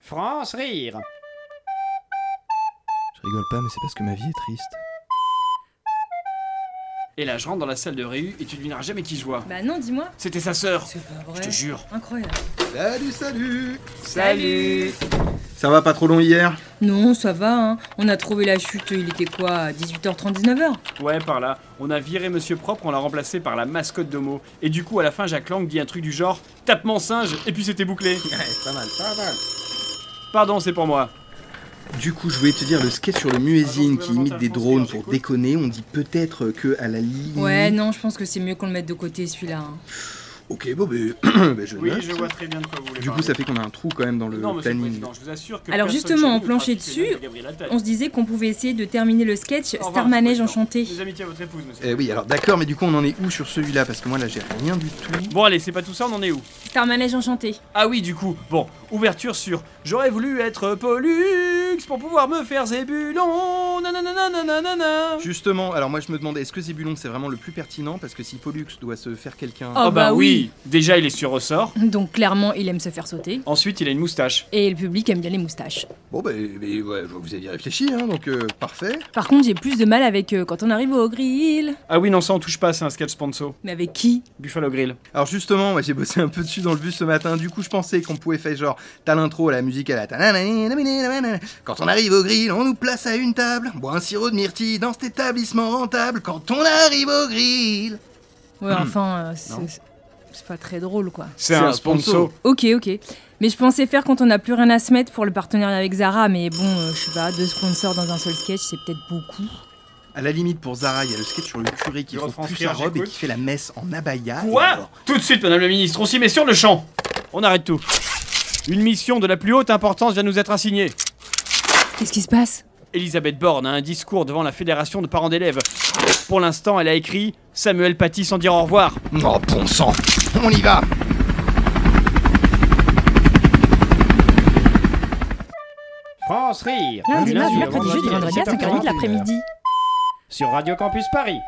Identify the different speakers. Speaker 1: France rire.
Speaker 2: Je rigole pas, mais c'est parce que ma vie est triste.
Speaker 3: Et là, je rentre dans la salle de réu et tu devineras jamais qui je vois.
Speaker 4: Bah non, dis-moi.
Speaker 3: C'était sa sœur.
Speaker 4: C'est pas
Speaker 3: Je
Speaker 4: vrai.
Speaker 3: te jure.
Speaker 4: Incroyable.
Speaker 2: Salut, salut
Speaker 3: Salut
Speaker 2: Ça va pas trop long hier
Speaker 4: Non, ça va, hein. On a trouvé la chute, il était quoi, à 18h30, 19h
Speaker 3: Ouais, par là. On a viré Monsieur Propre, on l'a remplacé par la mascotte d'Homo. Et du coup, à la fin, Jacques Lang dit un truc du genre Tape mon singe Et puis c'était bouclé.
Speaker 2: Pas mal, pas mal.
Speaker 3: Pardon, c'est pour moi.
Speaker 2: Du coup, je voulais te dire le sketch sur le muezzin qui imite des drones pour déconner. On dit peut-être que à la ligne.
Speaker 4: Ouais, non, je pense que c'est mieux qu'on le mette de côté celui-là. hein.
Speaker 2: Ok, bon, ben, ben, je note.
Speaker 3: très bien de quoi vous voulez
Speaker 2: Du coup, ça fait qu'on a un trou quand même dans le
Speaker 3: non, monsieur le
Speaker 2: planning.
Speaker 3: Président, je vous assure que
Speaker 4: Alors,
Speaker 3: personne
Speaker 4: justement,
Speaker 3: chez nous
Speaker 4: on
Speaker 3: ne
Speaker 4: planchait
Speaker 3: pratique les
Speaker 4: dessus.
Speaker 3: blagues de Gabriel Attal.
Speaker 4: On se disait qu'on pouvait essayer de terminer le sketch
Speaker 3: revoir,
Speaker 4: Star
Speaker 3: monsieur
Speaker 4: Manège
Speaker 3: le
Speaker 4: Enchanté.
Speaker 3: Mes amitiés à votre épouse, monsieur.
Speaker 2: Eh oui, alors d'accord, mais du coup, on en est où sur celui-là Parce que moi, là, j'ai rien du tout.
Speaker 3: Bon, allez, c'est pas tout ça, on en est où
Speaker 4: Star Manège Enchanté.
Speaker 3: Ah oui, du coup, bon, ouverture sur J'aurais voulu être Pollux pour pouvoir me faire Zébulon. Nanana, nanana.
Speaker 2: Justement, alors moi, je me demandais, est-ce que Zébulon, c'est vraiment le plus pertinent Parce que si Pollux doit se faire quelqu'un.
Speaker 4: Oh, bah oui.
Speaker 3: Déjà, il est sur ressort.
Speaker 4: Donc clairement, il aime se faire sauter.
Speaker 3: Ensuite, il a une moustache.
Speaker 4: Et le public aime bien les moustaches.
Speaker 2: Bon, ben, ben, ouais, je vois que vous aviez réfléchi, hein, donc euh, parfait.
Speaker 4: Par contre, j'ai plus de mal avec euh, quand on arrive au grill.
Speaker 3: Ah oui, non, ça on touche pas, c'est un sketch sponsor.
Speaker 4: Mais avec qui
Speaker 3: Buffalo Grill.
Speaker 2: Alors justement, moi j'ai bossé un peu dessus dans le bus ce matin, du coup je pensais qu'on pouvait faire genre t'as l'intro, la musique à la tananananananananana. Quand on arrive au grill, on nous place à une table, bois un sirop de myrtille dans cet établissement rentable, quand on arrive au grill
Speaker 4: Ouais, enfin, euh,
Speaker 2: Non.
Speaker 4: c'est c'est pas très drôle quoi.
Speaker 3: C'est
Speaker 2: un sponsor.
Speaker 4: Ok, ok. Mais je pensais faire quand on n'a plus rien à se mettre pour le partenariat avec Zara, mais bon, euh, je sais pas, deux sponsors dans un seul sketch, c'est peut-être beaucoup.
Speaker 2: À la limite pour Zara, il y a le sketch sur le curé qui
Speaker 3: Je
Speaker 2: trouve plus
Speaker 3: retranscrire,
Speaker 2: sa robe et
Speaker 3: j'écoute.
Speaker 2: qui fait la messe en abaya. Et
Speaker 3: Quoi
Speaker 2: alors-
Speaker 3: Tout de suite, madame la ministre, on s'y met sur le champ. On arrête tout. Une mission de la plus haute importance vient de nous être assignée.
Speaker 4: Qu'est-ce qui se passe
Speaker 3: Elisabeth Borne a un discours devant la fédération de parents d'élèves. Pour l'instant, elle a écrit Samuel Paty sans dire au revoir.
Speaker 2: Oh bon sang On y va
Speaker 1: France rire.
Speaker 4: Lundi,
Speaker 1: Du
Speaker 4: mardi,
Speaker 1: au
Speaker 3: Ah,
Speaker 4: mercredi, jeudi, vendredi à 5h30 de
Speaker 1: 7h40,
Speaker 4: l'après-midi.
Speaker 1: Sur Radio Campus Paris.